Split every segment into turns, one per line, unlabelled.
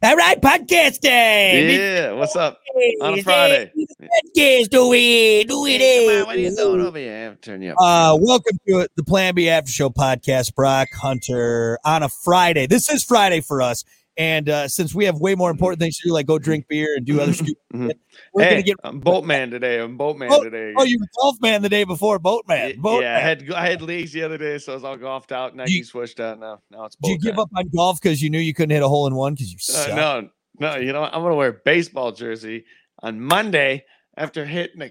All right, podcast day.
Yeah, what's up? on a Friday.
Podcast do it. Do it.
Hey,
eh?
what are you doing over here? I have to turn you up.
Uh, welcome to the Plan B After Show podcast. Brock Hunter on a Friday. This is Friday for us, and uh, since we have way more important things to do, like go drink beer and do other stupid,
Mhm.
shit, we're
hey,
gonna get.
I'm boatman today. I'm boatman
Oh,
today.
Oh, you were golf man the day before, boatman.
Y-
Boatman.
yeah, I had I had leagues the other day, so I was all golfed out. Now
You-
you switched out. Now, now it's
Did you
boat
give
time.
up on golf because you knew you couldn't hit a hole in one because you
Uh,
suck?
no, no. You know, what? I'm gonna wear a baseball jersey on Monday after hitting a,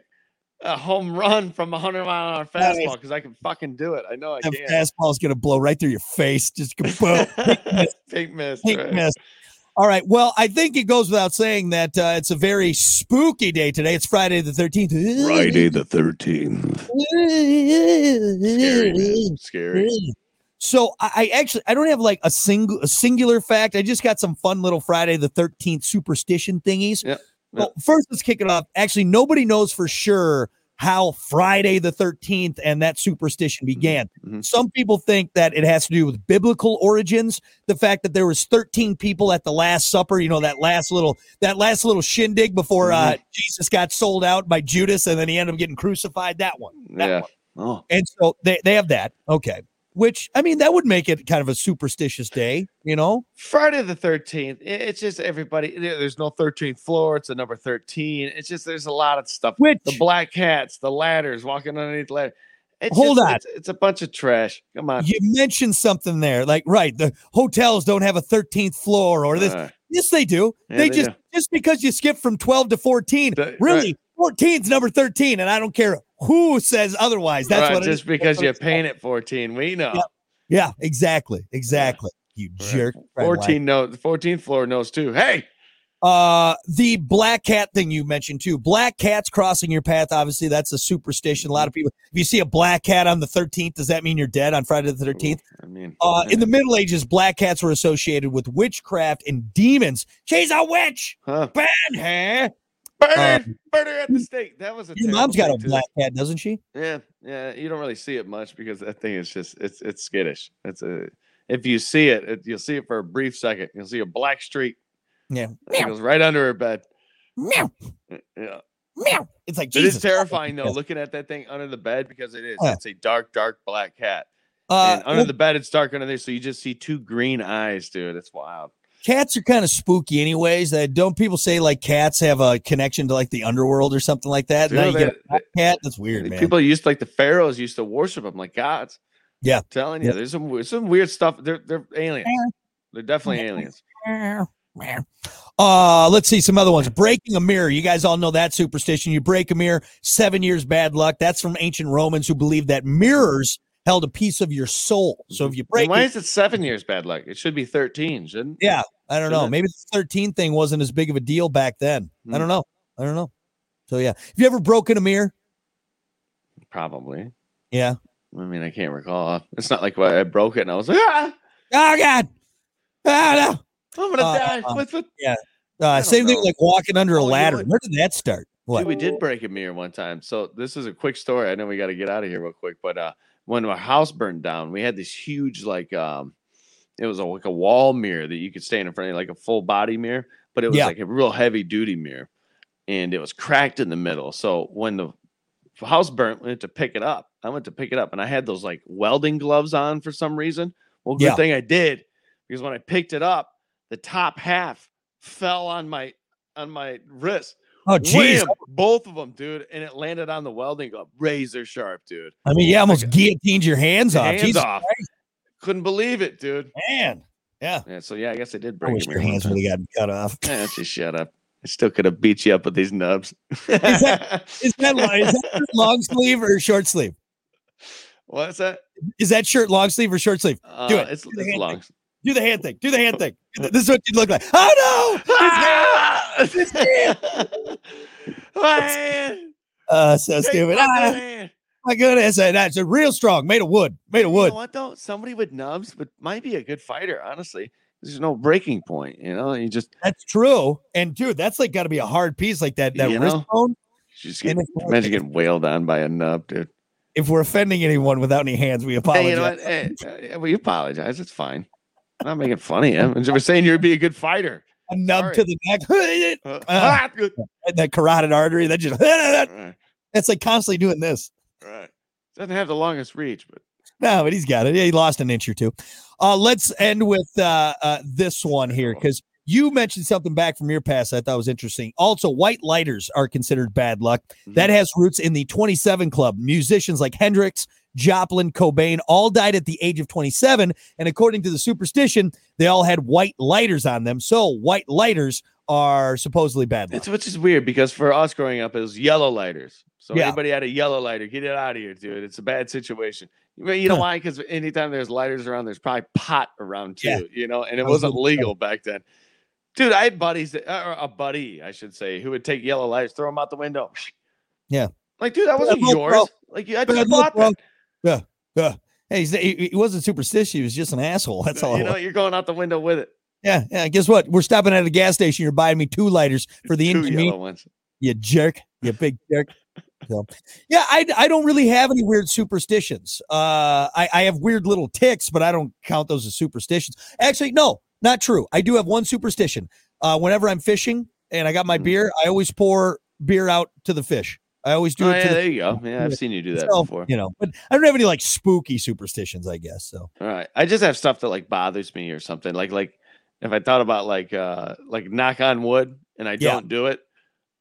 a home run from a hundred mile an hour
Nice.
fastball because I can fucking do it. I know I
That
can.
fastball is gonna blow right through your face. Just kaboom. miss.
Pink miss.
oh, Pink
right.
mist. All right. Well, I think it goes without saying that uh, it's a very spooky day today. It's Friday the 13th.
the thirteenth. Scary,
Friday.
man. Scary.
So I I actually I don't have like a single a singular fact. I just got some fun little Friday the 13th superstition thingies.
Yep,
Well, first let's kick it off. Actually, nobody knows for sure how Friday the 13th and that superstition began.
mhm.
Some people think that it has to do with biblical origins, the fact that there was 13 people at the last supper, you know, that last little that last little shindig before
Mm-hmm.
uh, Jesus got sold out by Judas and then he ended up getting crucified that one. That
Yeah. Oh,
And so they, they have that. Okay. Which I mean, that would make it kind of a superstitious day, you know?
Friday the 13th. i- It's just everybody. there- There's no 13th floor. It's a number 13. It's just there's a lot of stuff.
Which
The black hats, the ladders, walking underneath the ladder. It's
Hold
just-
on.
It's, it's a bunch of trash. Come on.
you mentioned something there. Like, right, the hotels don't have a 13th floor or this.
Uh,
yes, they do.
yeah,
they,
they
just
do.
just because you skip from 12 to 14,
Th- right.
really 14 is number 13, and I don't care who says otherwise. That's
Right,
what it is.
just because
what
you
it's
paint it 14. We know.
Yep, Yeah, exactly. Exactly. You
Right.
jerk. Fred White.
14 knows. The 14th floor knows too. Hey,
Uh, the black cat thing you mentioned too. Black cats crossing your path. Obviously, that's a superstition. A lot of
Mm-hmm.
people. If you see a black cat on the thirteenth, does that mean you're dead on Friday the thirteenth?
I mean,
Uh,
yeah.
in the Middle Ages, black cats were associated with witchcraft and demons. She's a witch.
huh?
Ban her.
Murder, murder at the stake. That was a.
Your mom's got
terrible
a
thing, too.
black cat, doesn't she?
Yeah, yeah. You don't really see it much because that thing is just it's it's skittish. It's a if you see it, it you'll see it for a brief second. You'll see a black streak.
Yeah.
that thing goes right under her bed.
Meow,
Yeah,
meow. It's like
it
Jesus.
is terrifying though.
Yes.
Looking at that thing under the bed because it is.
Yeah.
It's a dark, dark black cat.
Uh,
and under the bed, it's dark under there, so you just see two green eyes, dude. It's wild.
cats are kind of spooky, anyways. Uh, don't people say like cats have a connection to like the underworld or something like that?
Dude,
now you
they-
get a black cat. That's weird,
And
man.
People used like the pharaohs used to worship them like gods.
Yeah.
telling you,
Yeah.
there's some we- some weird stuff. They're they're aliens. They're definitely aliens.
Uh, let's see some other ones. Breaking a mirror. You guys all know that superstition. You break a mirror, seven years bad luck. That's from ancient Romans who believed that mirrors held a piece of your soul. So if you
Mm-hmm. And
break,
why
it,
is it seven years bad luck? It should be thirteen, shouldn't? it?
yeah, I don't know.
Isn't it-
Maybe the thirteen thing wasn't as big of a deal back then. I
Hmm.
don't know. I don't know. So yeah, have you ever broken a mirror?
Probably.
Yeah.
I mean, I can't recall. It's not like I I broke it and I was like, ah,
Oh God. Oh
I'm gonna
Uh,
die.
uh,
What- what?"
no.
I
Uh,
don't
same thing
know.
like walking under
Oh,
a
you
ladder.
would-
Where did that start? What?
Dude, we did break a mirror one time. So this is a quick story. I know we got to get out of here real quick, but uh, when our house burned down, we had this huge like um, it was a, like a wall mirror that you could stand in front of, like a full body mirror, but it was
Yeah.
like a real heavy duty mirror, and it was cracked in the middle. So when the house burnt, we went to pick it up. I went to pick it up, and I had those like welding gloves on for some reason. Well, good
Yeah.
thing I did because when I picked it up, the top half fell on my on my wrist.
Oh jeez.
Wham! both of them, dude, and it landed on the welding glove, razor sharp, dude.
I mean, you almost guillotined your hands off.
Hands
Jesus
off. Couldn't believe it, dude.
man.
Yeah, so yeah, I guess I did
I
break
wish
him.
your hands would have gotten cut off.
just shut up. I still could have beat you up with these nubs.
Is that, lo- is that shirt long sleeve or short sleeve?
What's that?
Is that shirt long sleeve or short sleeve?
Uh,
Do it.
It's,
Do the
it's
hand
long.
Do the hand thing. Do the hand thing. This is what you look like. Oh
Ah! My hand!
no! Uh, so
Take
stupid.
my
Ah,
hand!
my goodness, and that's real strong, made of wood, made of
You know
wood.
what though? Somebody with nubs would might be a good fighter, honestly. There's no breaking point, you know. You just
That's true. And dude, that's like got to be a hard piece like that. That
You
wrist
know?
bone.
you just get,
And if,
imagine getting wailed on by a nub, dude.
if we're offending anyone without any hands, we apologize.
Hey, you know what? Hey, uh, well, you apologize. It's fine. I'm not making fun of you. I'm just saying you'd be a good fighter.
a nub
Sorry.
to the neck.
Uh,
Ah. that carotid artery. That just
Right,
that's like constantly doing this.
right. Doesn't have the longest reach, but
No, but he's got it. Yeah, he lost an inch or two. Uh, let's end with uh, uh, this one here because you mentioned something back from your past that I thought was interesting. Also, white lighters are considered bad luck.
Mm-hmm.
That has roots in the 27 Club. Musicians like Hendrix, Joplin, Cobain all died at the age of 27. And according to the superstition, they all had white lighters on them. So, white lighters are supposedly bad luck.
It's which is weird because for us growing up, it was yellow lighters. So
Yeah.
anybody had a yellow lighter, get it out of here, dude. It's a bad situation. You know- you know
Huh.
why? Because anytime there's lighters around, there's probably pot around too.
Yeah.
You know, and
I
it
was
wasn't
gonna say.
legal back then. Dude, I had buddies, that, or a buddy, I should say, who would take yellow lighters, throw them out the window.
Yeah.
Like, dude, that wasn't
luck, bro.
yours. Like, I
Bad
just
luck,
bought that.
bro. Yeah, yeah. Hey, he's- he, he wasn't superstitious. He was just an asshole. That's all.
you
it
know,
was.
you're going out the window with it.
Yeah, yeah. Guess what? We're stopping at a gas station. You're buying me two lighters for the
Two
inconvenience.
yellow ones.
you jerk, you big jerk. So, yeah, I, I don't really have any weird superstitions. Uh, I, I have weird little ticks, but I don't count those as superstitions. Actually, no, not true. I do have one superstition. Uh, whenever I'm fishing and I got my
Mhm.
beer, I always pour beer out to the fish. I always do
Oh,
it to
yeah,
the
there you go. Yeah, I've seen you do that
so,
before.
you know, but I don't have any like spooky superstitions, I guess. So
All right. I just have stuff that like bothers me or something. Like like if I thought about like uh like knock on wood and I
Yeah.
don't do it,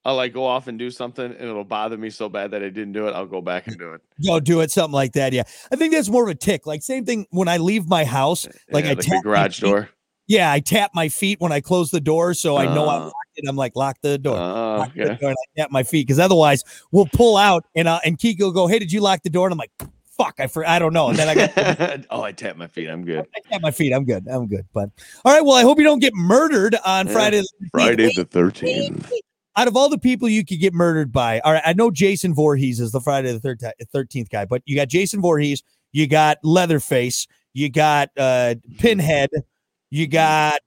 I'll like go off and do something and it'll bother me so bad that I didn't do it. I'll go back and do it.
go do it, something like that. Yeah, I think that's more of a tick. Like same thing when I leave my house. Like, I
Yeah, like
tap
the
my
garage
feet
door.
Yeah, I tap my feet when I close the door, so I know I'm
Uh,
locked in. I'm like lock the door.
Oh,
lock the
okay.
door and I tap my feet because otherwise we'll pull out and uh, and Kiki will go, "Hey, did you lock the door?" And I'm like, "Fuck, I for- I don't know." And then I got
oh, I tap my feet. I'm good.
I tap my feet. I'm good. I'm good. But all right, well, I hope you don't get murdered on
Yeah,
Friday. the 13th.
Friday the 13th.
Out of all the people you could get murdered by, all right, I know Jason Voorhees is the Friday the third- 13th guy, but you got Jason Voorhees, you got Leatherface, you got uh, Pinhead, you got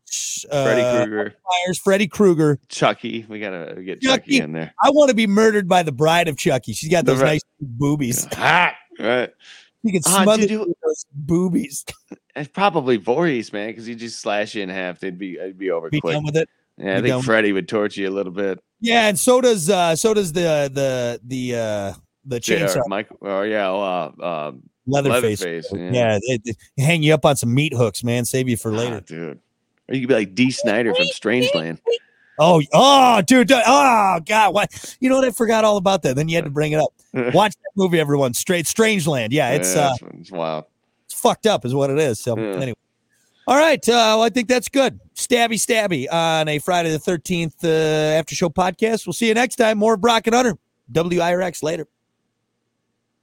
uh,
Mm. Freddy Krueger,
Myers, Freddy Krueger.
Chucky. We gotta get
Chucky.
Chucky, in there.
I want to be murdered by the bride of Chucky. She's got
The
those
bri-
nice boobies.
Hot. Ah, Right.
You can
Ah,
smother
did you-
with those boobies.
It's probably Voorhees, man, because you just slash you in half. They'd be it'd be over
Be
quick.
done with it.
Yeah,
You
I
don't-
think Freddie would torture you a little bit.
Yeah, and so does uh so does the the the uh the
Yeah,
chainsaw
Mike, oh yeah, well, uh, uh,
Leatherface.
Leatherface. Yeah,
Yeah, they, they hang you up on some meat hooks, man. Save you for
Ah,
later.
dude. Or you could be like D. Snyder from Strangeland.
Oh, oh, dude, oh god, what? You know what? I forgot all about that. Then you had to bring it up. Watch that movie, everyone. Straight Strangeland. Yeah, it's uh,
it's, it's wild.
it's fucked up, is what it is. So
Yeah.
anyway, all right. Uh, well, I think that's good. Stabby, stabby on a Friday the Thirteenth uh, after show podcast. We'll see you next time. More of Brock and Hunter. WIRX later.